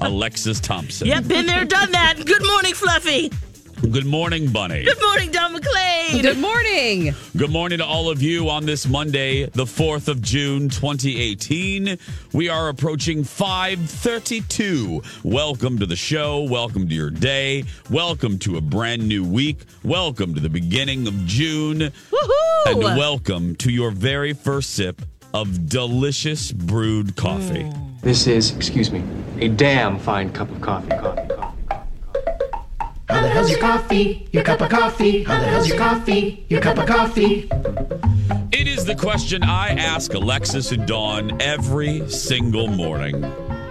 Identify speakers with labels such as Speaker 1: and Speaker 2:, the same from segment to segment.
Speaker 1: Alexis Thompson.
Speaker 2: Yep, been there, done that. Good morning, Fluffy.
Speaker 1: Good morning, Bunny.
Speaker 2: Good morning, Don McLean.
Speaker 3: Good morning.
Speaker 1: Good morning to all of you on this Monday, the 4th of June, 2018. We are approaching 532. Welcome to the show. Welcome to your day. Welcome to a brand new week. Welcome to the beginning of June.
Speaker 2: Woohoo!
Speaker 1: And welcome to your very first sip of delicious brewed coffee.
Speaker 2: Mm.
Speaker 4: This is, excuse me, a damn fine cup of coffee. Coffee, coffee, coffee.
Speaker 5: How the hell's your coffee? Your cup of coffee? How the hell's your coffee? Your cup of coffee?
Speaker 1: It is the question I ask Alexis and Dawn every single morning.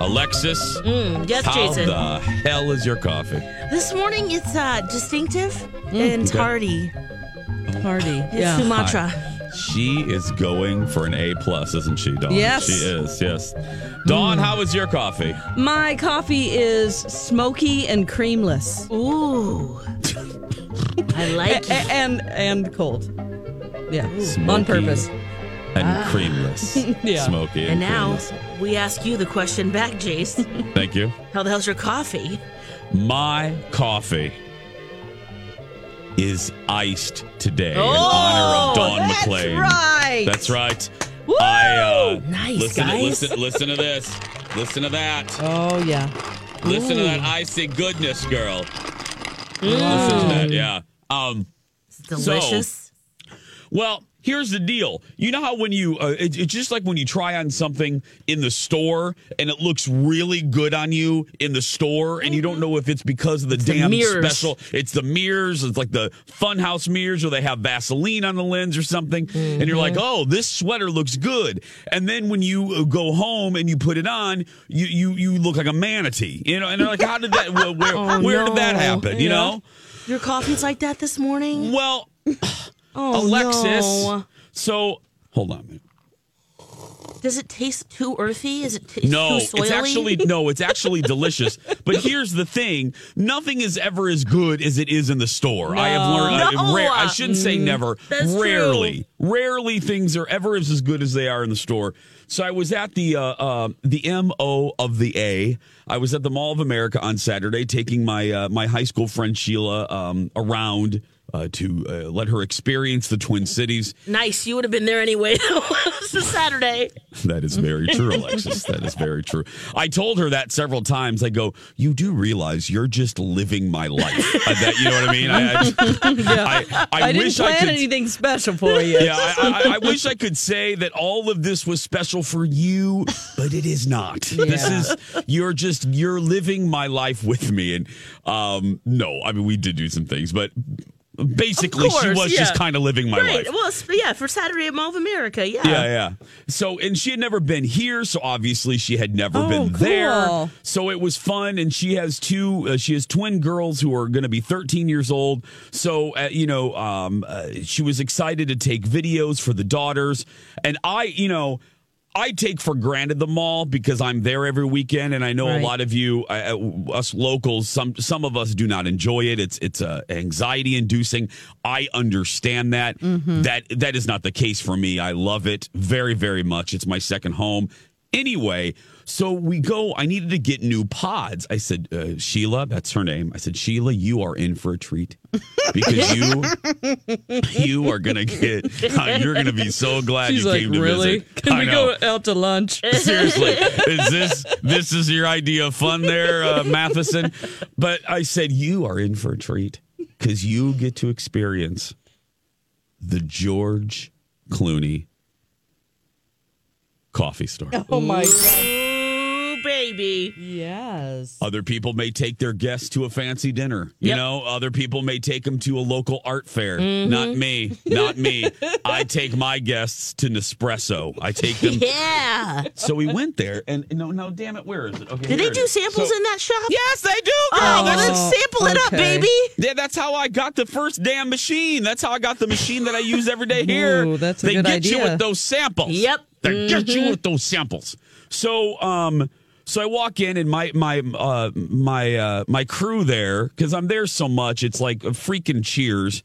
Speaker 1: Alexis,
Speaker 2: yes,
Speaker 1: how
Speaker 2: Jason.
Speaker 1: the hell is your coffee?
Speaker 2: This morning it's uh, distinctive
Speaker 1: Mm,
Speaker 2: and
Speaker 1: Okay.
Speaker 2: tardy.
Speaker 3: Party.
Speaker 2: It's Sumatra.
Speaker 1: She is going for an A plus, isn't she, Dawn?
Speaker 3: Yes. Mm.
Speaker 1: she is. Yes. Dawn, how is your coffee?
Speaker 3: My coffee is smoky and creamless
Speaker 2: Ooh. I like
Speaker 3: A-
Speaker 2: it.
Speaker 3: and and cold. Yeah.
Speaker 1: Smoky
Speaker 3: On purpose. Ah.
Speaker 1: and creamless.
Speaker 3: Yeah.
Speaker 1: Smoky
Speaker 2: And
Speaker 1: and,
Speaker 2: now
Speaker 1: creamless.
Speaker 2: we ask you the question back, Jace.
Speaker 1: Thank you.
Speaker 2: How the hell's your coffee?
Speaker 1: My coffee is iced today in honor
Speaker 3: Oh,
Speaker 1: of Dawn
Speaker 3: that's
Speaker 1: McLean.
Speaker 3: right.
Speaker 1: That's right.
Speaker 3: Woo!
Speaker 1: I uh,
Speaker 2: Nice,
Speaker 1: listen,
Speaker 2: guys.
Speaker 1: listen, listen to this. Listen to that.
Speaker 3: Oh yeah.
Speaker 1: Listen to that icy goodness, girl. Listen to that. Yeah. Um.
Speaker 2: It's delicious.
Speaker 1: Well, here's the deal. You know how when you, uh, it- it's just like when you try on something in the store and it looks really good on you in the store, and you don't know if it's because of the
Speaker 2: Mm-hmm. the
Speaker 1: damn
Speaker 2: mirrors.
Speaker 1: special. It's the mirrors. It's like the funhouse mirrors, or they have Vaseline on the lens or something, and you're like,
Speaker 2: Mm-hmm.
Speaker 1: oh, this sweater looks good. And then when you uh, go home and you put it on, you you you look like a manatee. You know, and you're like, how did that? Where where, where did that
Speaker 2: Oh, no.
Speaker 1: happen? You
Speaker 2: Yeah.
Speaker 1: know.
Speaker 2: Your coffee's like that this morning? Oh,
Speaker 1: Well, Alexis.
Speaker 2: no.
Speaker 1: So hold on a minute.
Speaker 2: Does it taste too earthy? Is it t-
Speaker 1: No,
Speaker 2: too soily?
Speaker 1: it's actually no, it's actually delicious. But here's the thing: nothing is ever as good as it is in the store. I have learned. I,
Speaker 2: No. Mm-hmm.
Speaker 1: rare, I shouldn't say never.
Speaker 2: That's true.
Speaker 1: rarely, rarely things are ever as, as good as they are in the store. So I was at the uh, uh, the M O of the A. I was at the Mall of America on Saturday, taking my uh, my high school friend Sheila um, around. Uh, to uh, let her experience the Twin Cities.
Speaker 2: nice. You would have been there anyway. it's a Saturday.
Speaker 1: That is very true, Alexis. That is very true. I told her that several times. I go, you do realize you're just living my life. Uh, that, you know what I mean? I, I, I, I
Speaker 3: I, didn't
Speaker 1: wish I
Speaker 3: plan
Speaker 1: could.
Speaker 3: anything special for you.
Speaker 1: Yeah, I, I, I wish I could say that all of this was special for you, but it is not. This
Speaker 3: Yeah.
Speaker 1: is you're just you're living my life with me, and um, no, I mean we did do some things, but basically she
Speaker 2: course,
Speaker 1: was just
Speaker 2: yeah.
Speaker 1: kind of living my life.
Speaker 2: Right. Well, it's- yeah, for Saturday at Mall of America. Yeah.
Speaker 1: Yeah, yeah. So, and she had never been here, so obviously she had never
Speaker 3: Oh,
Speaker 1: been
Speaker 3: cool.
Speaker 1: there. So it was fun, and she has two. Uh, she has twin girls who are going to be 13 years old. So, uh, you know, um, uh, she was excited to take videos for the daughters, and I, you know. I take for granted the mall because I'm there every weekend, and I know a
Speaker 3: Right.
Speaker 1: lot of you, uh, uh, us locals, some some of us do not enjoy it. It's it's uh, anxiety inducing. I understand that.
Speaker 3: Mm-hmm.
Speaker 1: That that is not the case for me. I love it very very much. It's my second home. Anyway, so we go. I needed to get new pods. I said, uh, Sheila, that's her name. I said, Sheila, you are in for a treat because you you are gonna get. uh, you're gonna be so glad
Speaker 3: She's
Speaker 1: you
Speaker 3: like,
Speaker 1: came to
Speaker 3: really?
Speaker 1: visit.
Speaker 3: Can
Speaker 1: I
Speaker 3: we
Speaker 1: know.
Speaker 3: go out to lunch?
Speaker 1: Seriously, is this this is your idea of fun there, uh, Matheson? But I said you are in for a treat because you get to experience the George Clooney coffee store.
Speaker 3: Oh my god.
Speaker 2: Ooh, baby.
Speaker 3: Yes.
Speaker 1: Other people may take their guests to a fancy dinner. You
Speaker 2: Yep. Mm-hmm.
Speaker 1: know, other people may take them to a local art fair. Not me. Not me. I take my guests to Nespresso. I take them.
Speaker 2: Yeah.
Speaker 1: So we went there, and no, no, damn it, where is it? Okay,
Speaker 2: Do
Speaker 1: here
Speaker 2: they
Speaker 1: it
Speaker 2: do
Speaker 1: is.
Speaker 2: samples
Speaker 1: So-
Speaker 2: in that shop?
Speaker 1: Yes, they do, girl.
Speaker 2: Oh,
Speaker 1: That's-
Speaker 2: let's sample it up,
Speaker 3: okay.
Speaker 2: baby.
Speaker 1: yeah, that's how I got the first damn machine. That's how I got the machine that I use every day here.
Speaker 3: Ooh, that's a
Speaker 1: they
Speaker 3: good
Speaker 1: get you
Speaker 3: idea.
Speaker 1: with those samples.
Speaker 2: Yep. Mm-hmm.
Speaker 1: They get you with those samples. So, um, so I walk in and my my uh, my uh, my crew there because I'm there so much. It's like a freaking cheers.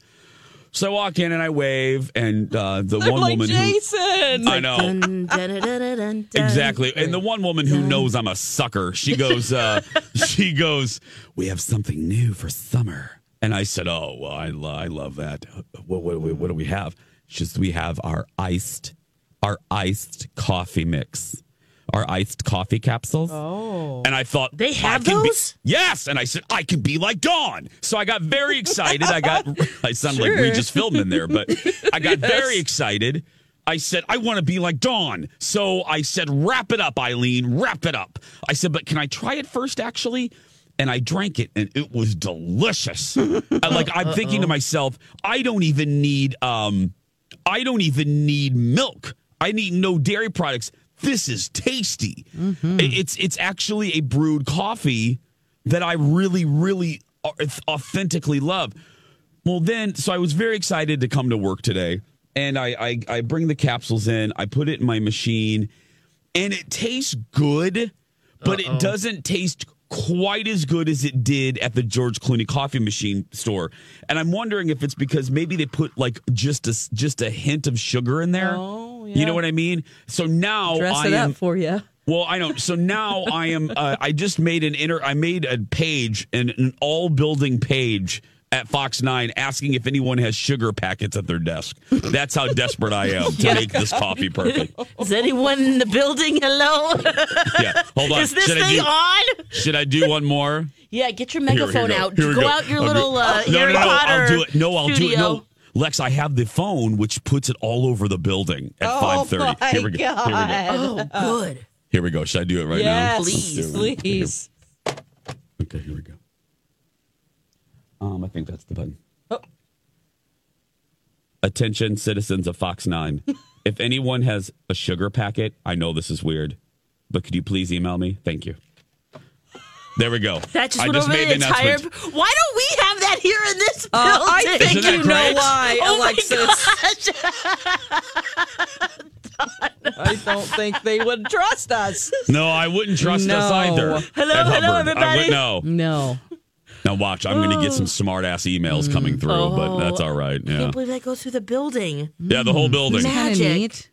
Speaker 1: So I walk in and I wave, and uh, the
Speaker 3: They're
Speaker 1: one
Speaker 3: like
Speaker 1: woman
Speaker 3: Jason.
Speaker 1: who I know
Speaker 2: Dun, dun, dun, dun, dun, dun, dun.
Speaker 1: Exactly. And the one woman who knows I'm a sucker, she goes, uh, she goes, we have something new for summer. And I said, oh, well, I, lo- I love that. What, what, what, what do we have? She says, we have our iced, our iced coffee mix, our iced coffee capsules. Oh. And I thought
Speaker 2: They
Speaker 1: I
Speaker 2: have
Speaker 1: can be-
Speaker 2: those?
Speaker 1: yes. And I said, I can be like Dawn. So I got very excited. I got, I sound like
Speaker 3: Sure.
Speaker 1: Regis Philbin there, but I got very excited. I said, I want to be like Dawn. So I said, wrap it up, Eileen, wrap it up. I said, but can I try it first, actually? And I drank it and it was delicious. I, like, I'm thinking to myself, I don't even need, um, I don't even need milk. I need no dairy products. This is tasty. It- It's it's actually a brewed coffee that I really, really authentically love. Well, then, so I was very excited to come to work today, and I, I I bring the capsules in, I put it in my machine, and it tastes good, but it doesn't taste quite as good as it did at the George Clooney coffee machine store. And I'm wondering if it's because maybe they put like just a s- just a hint of sugar in there.
Speaker 3: Oh,
Speaker 1: You
Speaker 3: yeah.
Speaker 1: know what I mean? So now
Speaker 3: Dress
Speaker 1: I
Speaker 3: it
Speaker 1: am
Speaker 3: up for you.
Speaker 1: well, I know. So now I am. Uh, I just made an inter. I made a page, an, an all building page at Fox Nine, asking if anyone has sugar packets at their desk. That's how desperate I am to make this coffee perfect.
Speaker 2: Is anyone in the building? Hello?
Speaker 1: Yeah, hold on.
Speaker 2: Is this
Speaker 1: should I
Speaker 2: thing
Speaker 1: do?
Speaker 2: on?
Speaker 1: Should I do one more?
Speaker 2: Yeah, get your
Speaker 1: Here- here
Speaker 2: megaphone
Speaker 1: we go.
Speaker 2: out.
Speaker 1: Here we
Speaker 2: go.
Speaker 1: go.
Speaker 2: out your
Speaker 1: I'll do it.
Speaker 2: little uh,
Speaker 1: no,
Speaker 2: Harry
Speaker 1: no, no,
Speaker 2: Potter.
Speaker 1: I'll do it. No, I'll do it.
Speaker 2: studio.
Speaker 1: No. Lex, I have the phone, which puts it all over the building at
Speaker 3: Oh,
Speaker 1: five thirty. Here we go. Here we go.
Speaker 2: Oh, good.
Speaker 1: Here we go. Should I do it right now?
Speaker 3: yes,
Speaker 1: Let's
Speaker 3: please,
Speaker 1: do it. Here-
Speaker 3: please.
Speaker 1: Okay, here we go. Um, I think that's the button.
Speaker 2: Oh.
Speaker 1: Attention, citizens of Fox 9. if anyone has a sugar packet, I know this is weird, but could you please email me? Thank you. There we go.
Speaker 2: That just
Speaker 1: I
Speaker 2: went
Speaker 1: just
Speaker 2: over
Speaker 1: made the
Speaker 2: the entire.
Speaker 1: announcement.
Speaker 2: Why don't we have that here in this building?
Speaker 3: Uh, I think
Speaker 1: Isn't
Speaker 3: you
Speaker 1: that
Speaker 3: know
Speaker 1: great?
Speaker 3: why,
Speaker 2: Oh my
Speaker 3: Alexis. I don't think they would trust us.
Speaker 1: No, I wouldn't trust us
Speaker 3: No.
Speaker 1: either.
Speaker 2: Hello,
Speaker 1: at
Speaker 2: hello,
Speaker 1: Hubbard. I
Speaker 2: everybody.
Speaker 1: would, no.
Speaker 3: No.
Speaker 1: Now, watch. I'm going to get some smart ass emails coming through, but that's all right.
Speaker 2: I
Speaker 1: Yeah.
Speaker 2: Oh. can't believe that goes through the building.
Speaker 1: Yeah, the whole building.
Speaker 3: Kind
Speaker 2: Magic.
Speaker 3: of neat.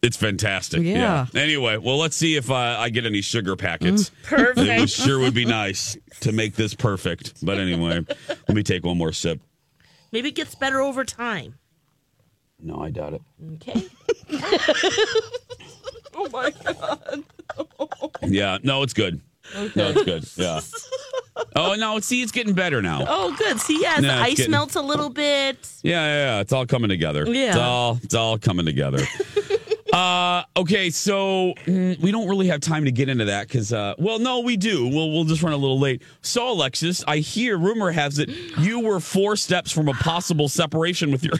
Speaker 1: It's fantastic.
Speaker 3: Yeah.
Speaker 1: Anyway, well, let's see if uh, I, I get any sugar packets. perfect. It would- sure would be nice to make this perfect. But anyway, let me take one more sip.
Speaker 2: Maybe it gets better over time.
Speaker 1: No, I doubt it.
Speaker 2: Okay.
Speaker 1: Yeah. No, it's good. No, it's good. Yeah. Oh no! See, it's getting better now.
Speaker 2: Oh, good. See, yeah,
Speaker 1: No,
Speaker 2: the
Speaker 1: it's
Speaker 2: ice
Speaker 1: getting-
Speaker 2: melts a little bit.
Speaker 1: Yeah, yeah, yeah. It's all coming together. It's
Speaker 3: Yeah.
Speaker 1: all it's all coming together. uh, okay, so mm, we don't really have time to get into that because, uh, well, no, we do. We'll we'll just run a little late. So, Alexis, I hear rumor has it you were four steps from a possible separation with your.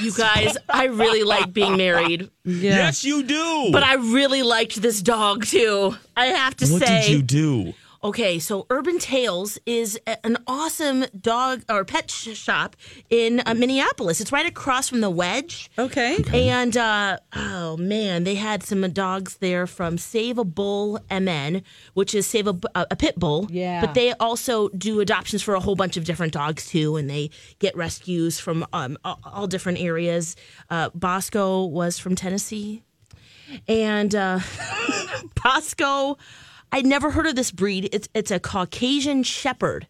Speaker 2: You guys, I really like being married,
Speaker 3: Yeah.
Speaker 1: Yes, you do.
Speaker 2: but I really liked this dog too. I have to
Speaker 1: what
Speaker 2: say.
Speaker 1: did you do?
Speaker 2: Okay, so Urban Tales is a- an awesome dog or pet sh- shop in uh, Minneapolis. It's right across from the Wedge.
Speaker 3: Okay.
Speaker 2: And uh, oh man, they had some dogs there from Save a Bull MN, which is Save a, B- uh, a Pit Bull.
Speaker 3: Yeah.
Speaker 2: But they also do adoptions for a whole bunch of different dogs too, and they get rescues from um, all, all different areas. Uh, Bosco was from Tennessee. and uh, Bosco. I'd never heard of this breed. It's it's a Caucasian Shepherd.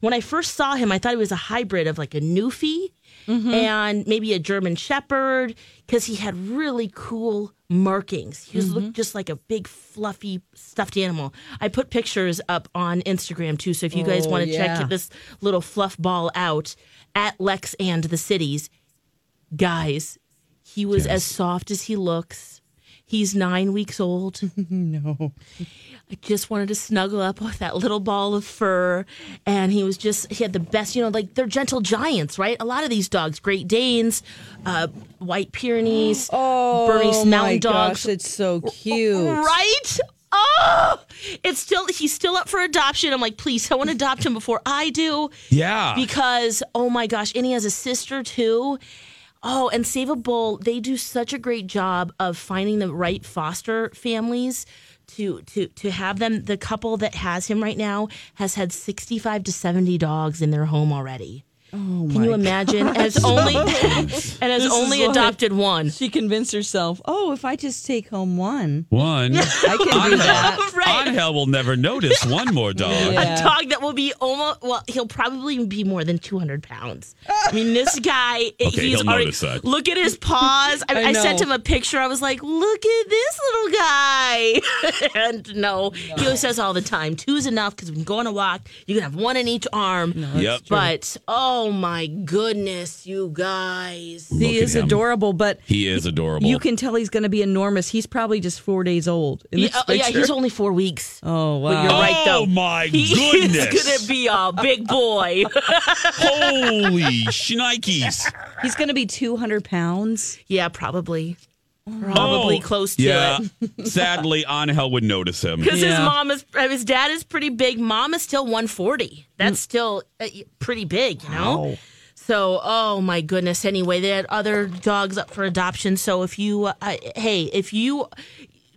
Speaker 2: When I first saw him, I thought he was a hybrid of like a Newfie
Speaker 3: Mm-hmm.
Speaker 2: and maybe a German Shepherd because he had really cool markings. He was
Speaker 3: Mm-hmm.
Speaker 2: looked just like a big fluffy stuffed animal. I put pictures up on Instagram too, so if you guys
Speaker 3: Oh,
Speaker 2: want to
Speaker 3: yeah.
Speaker 2: check this little fluff ball out at Lex and the Cities, guys, he was as soft as he looks. He's nine weeks old.
Speaker 3: Mm-hmm.
Speaker 2: no. I just wanted to snuggle up with that little ball of fur. And he was just, he had the best, you know, like they're gentle giants, right? A lot of these dogs, Great Danes, uh, White Pyrenees,
Speaker 3: Oh,
Speaker 2: Bernese Mountain
Speaker 3: my
Speaker 2: Dogs.
Speaker 3: Gosh, it's so cute.
Speaker 2: Right? Oh, it's still, he's still up for adoption. I'm like, please, someone adopt him before I do
Speaker 1: Yeah.
Speaker 2: because oh my gosh, and he has a sister too. Oh, and Save a Bull, they do such a great job of finding the right foster families to to to have them. The couple that has him right now has had 65 to 70 dogs in their home already.
Speaker 3: Oh
Speaker 2: Can you imagine? Has only and has
Speaker 3: is
Speaker 2: only
Speaker 3: like-
Speaker 2: adopted one.
Speaker 3: She convinced herself, oh, if I just take home one,
Speaker 1: One.
Speaker 3: I can do that.
Speaker 2: Right.
Speaker 1: Angel will never notice one more dog.
Speaker 3: Yeah.
Speaker 2: a dog that will be almost well he'll probably be more than 200 pounds i mean this guy
Speaker 1: Okay,
Speaker 2: he's
Speaker 1: he'll
Speaker 2: already
Speaker 1: notice that.
Speaker 2: look at his paws I,
Speaker 3: I
Speaker 2: I, sent
Speaker 3: know.
Speaker 2: him a picture i was like look at this little guy and no, he always says all the time two's enough because we can go on a walk you can have one in each arm
Speaker 1: Yep.
Speaker 2: but oh my goodness you guys
Speaker 1: Look
Speaker 3: He
Speaker 1: at
Speaker 3: is
Speaker 1: him.
Speaker 3: adorable, but
Speaker 1: He is adorable.
Speaker 3: you can tell he's going to be enormous. He's probably just four days old. in
Speaker 2: yeah,
Speaker 3: this
Speaker 2: oh, yeah,
Speaker 3: picture.
Speaker 2: he's only four weeks
Speaker 3: oh, wow.
Speaker 2: you're right though
Speaker 1: Oh my
Speaker 2: He is
Speaker 1: goodness.
Speaker 2: gonna be a big boy
Speaker 1: Holy shnikes.
Speaker 3: He's going to be 200 pounds.
Speaker 2: Yeah, probably. Probably
Speaker 1: Oh,
Speaker 2: close to
Speaker 1: yeah.
Speaker 2: it.
Speaker 1: Sadly, Angel would notice him.
Speaker 2: Because his
Speaker 3: Yeah.
Speaker 2: mom is, uh, his dad is pretty big. Mom is still 140. That's still uh, y- pretty big, you know? So, oh my goodness. Anyway, they had other dogs up for adoption. So if you, uh, uh, hey, if you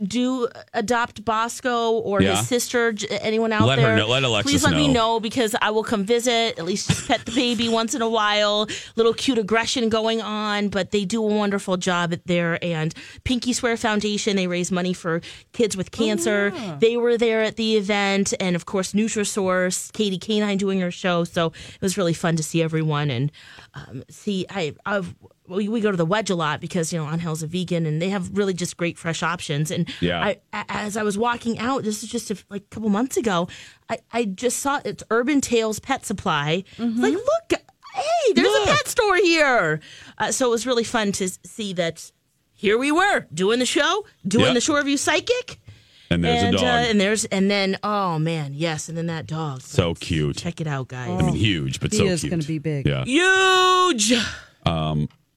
Speaker 2: do adopt Bosco or
Speaker 1: Yeah.
Speaker 2: his sister, j- anyone out
Speaker 1: Let her
Speaker 2: there,
Speaker 1: know- let Alexis
Speaker 2: please let me
Speaker 1: know.
Speaker 2: know because I will come visit. At least just pet the baby once in a while. Little cute aggression going on, but they do a wonderful job at there. And Pinky Swear Foundation, they raise money for kids with cancer. They were there at the event, and of course Nutrisource, Katie Canine doing her show. So it was really fun to see everyone and um, see. I I've, we, we go to the Wedge a lot because you know Angel's a vegan, and they have really just great fresh options. And
Speaker 1: Yeah.
Speaker 2: I, a- as I was walking out, this is just a, like a couple months ago, I, I just saw it's Urban Tales Pet Supply. It's Like, look, hey, there's a pet store here. Uh, so it was really fun to s- see that here we were doing the show,
Speaker 1: Yep.
Speaker 2: doing the Shoreview Psychic.
Speaker 1: And there's
Speaker 2: and,
Speaker 1: a dog.
Speaker 2: Uh, and there's, and then, oh man, yes. And then that dog.
Speaker 1: so
Speaker 2: So
Speaker 1: cute.
Speaker 2: check it out, guys.
Speaker 1: I mean, huge, but
Speaker 3: He
Speaker 1: so
Speaker 3: is
Speaker 1: cute.
Speaker 3: going to be big.
Speaker 1: Yeah.
Speaker 2: Huge.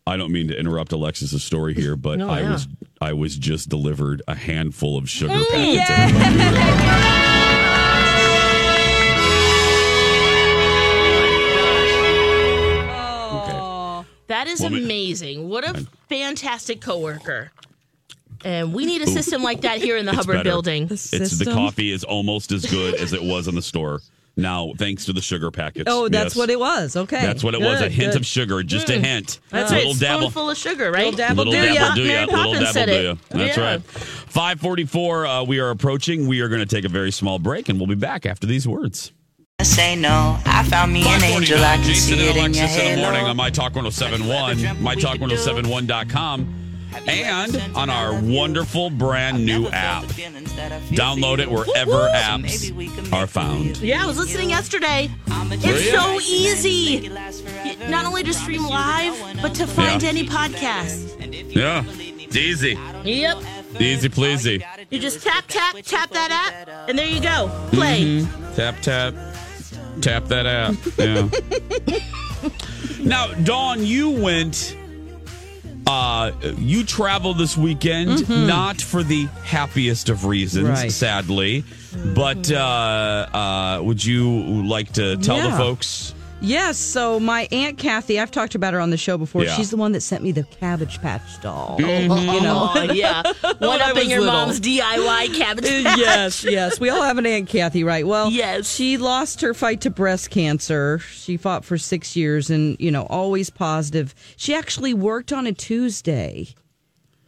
Speaker 1: I don't mean to interrupt Alexis's story here, but I
Speaker 2: yeah. Mm,
Speaker 1: was I was just delivered a handful of sugar packets. Okay.
Speaker 2: That is
Speaker 1: Woman-
Speaker 2: amazing. What a fantastic coworker. And we need a system like that here in the
Speaker 1: It's
Speaker 2: Hubbard
Speaker 1: better.
Speaker 2: building.
Speaker 1: It's the
Speaker 3: System.
Speaker 1: coffee is almost as good as it was in the store. Now, thanks to the sugar packets.
Speaker 3: Oh, that's
Speaker 1: Yes.
Speaker 3: what it was. Okay.
Speaker 1: That's what it was. A
Speaker 3: Good,
Speaker 1: hint
Speaker 3: good.
Speaker 1: of sugar, just a hint.
Speaker 2: That's
Speaker 1: a
Speaker 2: right.
Speaker 1: little
Speaker 2: Spoonful
Speaker 1: dabble.
Speaker 2: of sugar, right?
Speaker 3: Little dabble
Speaker 1: little
Speaker 3: do
Speaker 1: dabble
Speaker 3: ya.
Speaker 1: do ya.
Speaker 2: Mary
Speaker 1: Little
Speaker 2: Poppins
Speaker 1: dabble
Speaker 2: said
Speaker 1: do
Speaker 2: it.
Speaker 1: ya. That's
Speaker 2: Yeah.
Speaker 1: right. 544, uh, we are approaching. We are going to take a very small break, and we'll be back after these words.
Speaker 6: Say no. I found me an angel. I
Speaker 1: 549,
Speaker 6: can
Speaker 1: Jason
Speaker 6: see it
Speaker 1: and
Speaker 6: in your
Speaker 1: Alexis in the morning
Speaker 6: halo.
Speaker 1: on MyTalk1071, MyTalk1071.com, and on our wonderful brand new app. Download it wherever apps are found.
Speaker 2: Yeah, I was listening yesterday.
Speaker 6: It's
Speaker 2: It's so easy. Not only to stream live, but to find
Speaker 1: Yeah.
Speaker 2: any podcast.
Speaker 1: Yeah, it's easy.
Speaker 2: Yep.
Speaker 1: Easy pleasy.
Speaker 2: You just tap, tap, tap that app, and there you go. Play.
Speaker 1: Mm-hmm. Tap, tap. Tap that app. Yeah. now, Dawn, you went. Uh, you traveled this weekend, not for the happiest of reasons,
Speaker 3: Mm-hmm. Right.
Speaker 1: sadly. But uh, uh, would you like to tell the
Speaker 3: Yeah.
Speaker 1: folks?
Speaker 3: Yes. So my aunt Kathy, I've talked about her on the show before.
Speaker 1: Yeah.
Speaker 3: She's the one that sent me the Cabbage Patch doll. You
Speaker 2: Oh,
Speaker 3: know.
Speaker 2: yeah. One
Speaker 3: I
Speaker 2: up in
Speaker 3: was
Speaker 2: your
Speaker 3: little.
Speaker 2: mom's DIY cabbage. patch.
Speaker 3: yes, yes. We all have an Aunt Kathy, right? Well,
Speaker 2: Yes.
Speaker 3: She lost her fight to breast cancer. She fought for six years and, you know, always positive. She actually worked on a Tuesday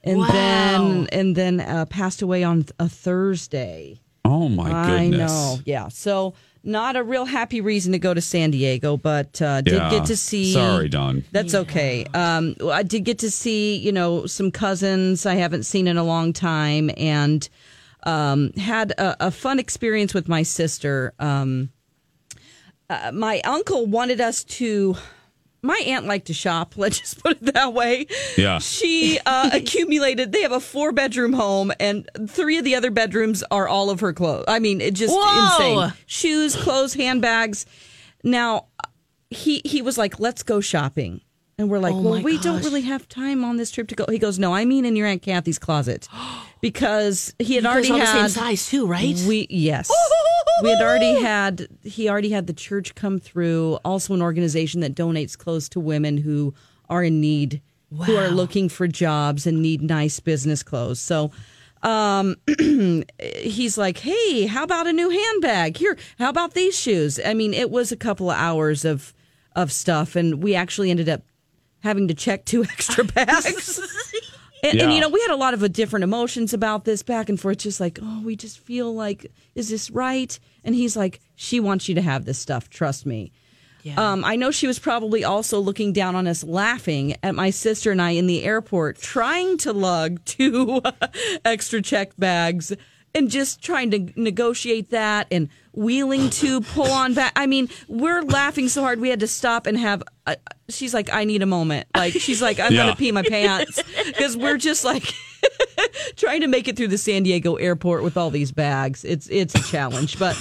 Speaker 3: and
Speaker 2: Wow.
Speaker 3: then and then uh, passed away on a Thursday.
Speaker 1: Oh my goodness.
Speaker 3: I know. Yeah. So not a real happy reason to go to San Diego, but uh, did
Speaker 1: Yeah.
Speaker 3: get to see.
Speaker 1: Sorry, Don.
Speaker 3: That's okay. Um, I did get to see you know some cousins I haven't seen in a long time, and um, had a, a fun experience with my sister. Um, uh, my uncle wanted us to. My aunt liked to shop. Let's just put it that way.
Speaker 1: Yeah.
Speaker 3: She uh, accumulated. They have a four bedroom home, and three of the other bedrooms are all of her clothes. I mean, it just
Speaker 2: Whoa!
Speaker 3: insane. Shoes, clothes, handbags. Now, he he was like, "Let's go shopping," and we're like,
Speaker 2: Oh my
Speaker 3: "Well, we don't
Speaker 2: gosh.
Speaker 3: really have time on this trip to go." He goes, "No, I mean in your aunt Kathy's closet," because he had
Speaker 2: You guys
Speaker 3: already
Speaker 2: all
Speaker 3: had
Speaker 2: the same size too, right?
Speaker 3: we yes. we had already had he already had the church come through, also an organization that donates clothes to women who are in need, who are looking for jobs and need nice business clothes. So um he's like, "Hey, how about a new handbag? Here, how about these shoes?" I mean, it was a couple of hours of of stuff and we actually ended up having to check two extra bags. And, and
Speaker 1: Yeah.
Speaker 3: you know, we had a lot of uh, different emotions about this back and forth, just like, oh, we just feel like, is this right? And he's like, she wants you to have this stuff. Trust me. Um, I know she was probably also looking down on us, laughing at my sister and I in the airport, trying to lug two uh, extra check bags and just trying to negotiate that and wheeling to pull on back. I mean, we're laughing so hard we had to stop and have. Uh, she's like, I need a moment. Like, she's like, I'm
Speaker 1: Yeah.
Speaker 3: gonna pee my pants because we're just like trying to make it through the San Diego airport with all these bags. It's it's a challenge, but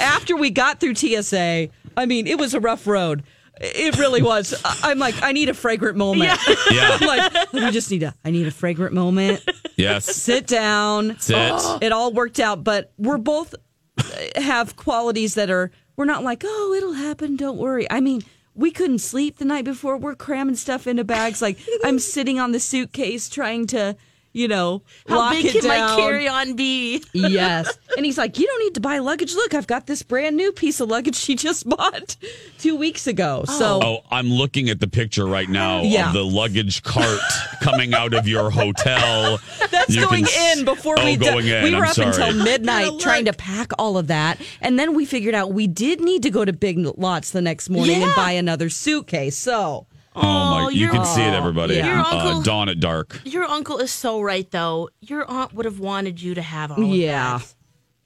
Speaker 3: after we got through TSA, I mean, it was a rough road. It really was. I- I'm like, I need a fragrant moment.
Speaker 1: Yeah.
Speaker 3: I'm like, you just need a. I need a fragrant moment.
Speaker 1: Yes.
Speaker 3: Sit down.
Speaker 1: Sit.
Speaker 3: It all worked out, but we're both uh, have qualities that are. We're not like, oh, it'll happen. Don't worry. I mean. We couldn't sleep the night before. We're cramming stuff into bags. Like I'm sitting on the suitcase trying to, you know,
Speaker 2: How
Speaker 3: lock
Speaker 2: big
Speaker 3: it
Speaker 2: can my
Speaker 3: down.
Speaker 2: carry on be?
Speaker 3: Yes. And he's like, You don't need to buy luggage. Look, I've got this brand new piece of luggage she just bought two weeks ago. So
Speaker 1: Oh, I'm looking at the picture right now
Speaker 3: Yeah.
Speaker 1: of the luggage cart coming out of your hotel.
Speaker 3: that's
Speaker 1: You
Speaker 3: going
Speaker 1: can s-
Speaker 3: in before
Speaker 1: oh,
Speaker 3: we
Speaker 1: going in.
Speaker 3: We were
Speaker 1: I'm
Speaker 3: up
Speaker 1: sorry.
Speaker 3: until midnight
Speaker 2: look.
Speaker 3: trying to pack all of that. And then we figured out we did need to go to Big Lots the next morning and
Speaker 2: Yeah.
Speaker 3: buy another suitcase. So
Speaker 1: Oh my!
Speaker 2: Oh,
Speaker 1: You
Speaker 2: your-
Speaker 1: can see it, everybody.
Speaker 3: Yeah. Your
Speaker 1: Uh,
Speaker 2: uncle-
Speaker 1: dawn at dark.
Speaker 2: Your uncle is so right, though. Your aunt would have wanted you to have all of
Speaker 3: Yeah.
Speaker 2: that.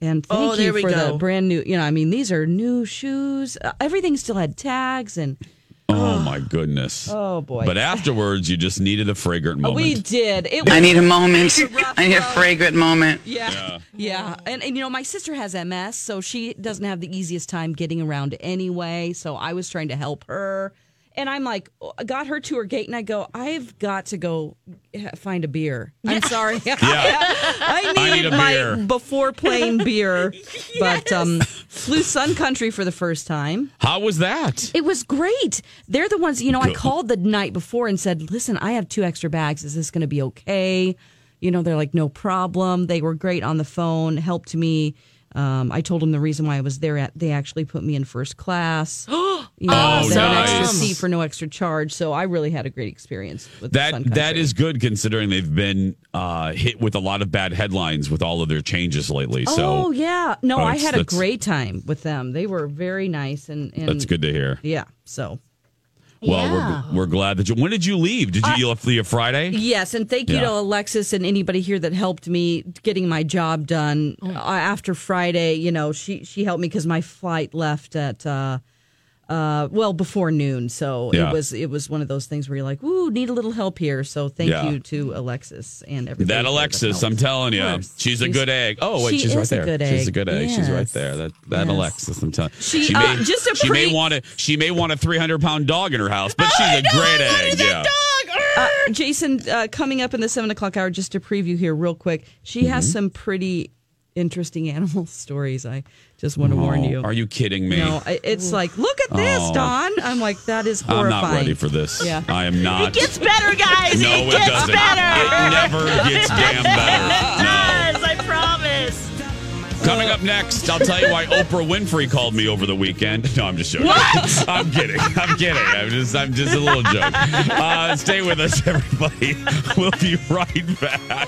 Speaker 3: And
Speaker 2: Oh,
Speaker 3: thank
Speaker 2: there
Speaker 3: you
Speaker 2: we
Speaker 3: for the
Speaker 2: go.
Speaker 3: brand new, you know, I mean, these are new shoes. Uh, everything still had tags and
Speaker 1: Oh my goodness.
Speaker 3: oh boy. Oh,
Speaker 1: But afterwards, you just needed a fragrant moment.
Speaker 3: we did. It
Speaker 6: I
Speaker 3: was
Speaker 6: need a moment.
Speaker 3: rough
Speaker 6: I need a
Speaker 3: road.
Speaker 6: fragrant moment.
Speaker 3: Yeah. Yeah. And, and, you know, my sister has MS, so she doesn't have the easiest time getting around anyway. So I was trying to help her. And I'm like, I got her to her gate, and I go, I've got to go ha- find a beer. I'm sorry. I need,
Speaker 1: need a
Speaker 3: my
Speaker 1: beer.
Speaker 3: before plane beer. But um, flew Sun Country for the first time.
Speaker 1: How was that?
Speaker 3: It was great. They're the ones, you know, I
Speaker 1: Good.
Speaker 3: called the night before and said, listen, I have two extra bags. Is this going to be okay? You know, they're like, no problem. They were great on the phone, helped me. Um, I told them the reason why I was there. At, they actually put me in first class. You know,
Speaker 1: Oh,
Speaker 3: they had an extra
Speaker 1: nice.
Speaker 3: seat for no extra charge. So I really had a great experience with the Sun
Speaker 1: That that
Speaker 3: Country.
Speaker 1: is good considering they've been uh, hit with a lot of bad headlines with all of their changes lately. So
Speaker 3: oh yeah, no,
Speaker 1: Oh,
Speaker 3: I
Speaker 1: it's-
Speaker 3: had a
Speaker 1: that's-
Speaker 3: great time with them. They were very nice and, and
Speaker 1: that's good to hear.
Speaker 3: Yeah, so
Speaker 1: Well, we're, we're glad that you. When did you leave? Did you, you left leave Friday?
Speaker 3: Yes, and thank you
Speaker 1: Yeah.
Speaker 3: to Alexis and anybody here that helped me getting my job done uh, after Friday. You know, she she helped me because my flight left at uh, uh, well before noon, so
Speaker 1: Yeah.
Speaker 3: it was it was one of those things where you're like, "Ooh, need a little help here." So thank
Speaker 1: Yeah.
Speaker 3: you to Alexis and everybody.
Speaker 1: That
Speaker 3: here
Speaker 1: Alexis,
Speaker 3: helped.
Speaker 1: I'm telling you,
Speaker 3: course.
Speaker 1: she's a
Speaker 3: She's-
Speaker 1: good egg. Oh wait,
Speaker 3: she
Speaker 1: she's right
Speaker 3: is a
Speaker 1: there.
Speaker 3: good
Speaker 1: She's a
Speaker 3: egg.
Speaker 1: good egg. She's right
Speaker 3: Yes.
Speaker 1: there. That that
Speaker 3: Yes.
Speaker 1: Alexis, I'm telling.
Speaker 3: She-
Speaker 1: she
Speaker 3: uh, just a
Speaker 1: she may
Speaker 3: pre-
Speaker 1: want a she may want a 300 pound dog in her house, but she's a great egg. Yeah.
Speaker 3: Jason, uh, coming up in the seven o'clock hour, just to preview here real quick, she has
Speaker 1: Mm-hmm.
Speaker 3: some pretty interesting animal stories. I just want to warn
Speaker 1: Oh,
Speaker 3: you.
Speaker 1: Are you kidding me?
Speaker 3: No, I- it's like, look at this,
Speaker 1: Oh.
Speaker 3: Don. I'm like, that is
Speaker 1: I'm
Speaker 3: horrifying.
Speaker 1: not ready for this.
Speaker 3: Yeah.
Speaker 1: I am not.
Speaker 2: It gets better, guys.
Speaker 1: no,
Speaker 2: it
Speaker 1: it,
Speaker 2: gets
Speaker 1: doesn't.
Speaker 2: better.
Speaker 1: It never gets damn better.
Speaker 2: It does, I promise.
Speaker 1: No. Coming up next, I'll tell you why Oprah Winfrey called me over the weekend. No, I'm just joking. What? I'm kidding. I'm kidding. I'm just I'm just a little joke. Uh, stay with us, everybody. We'll be right back.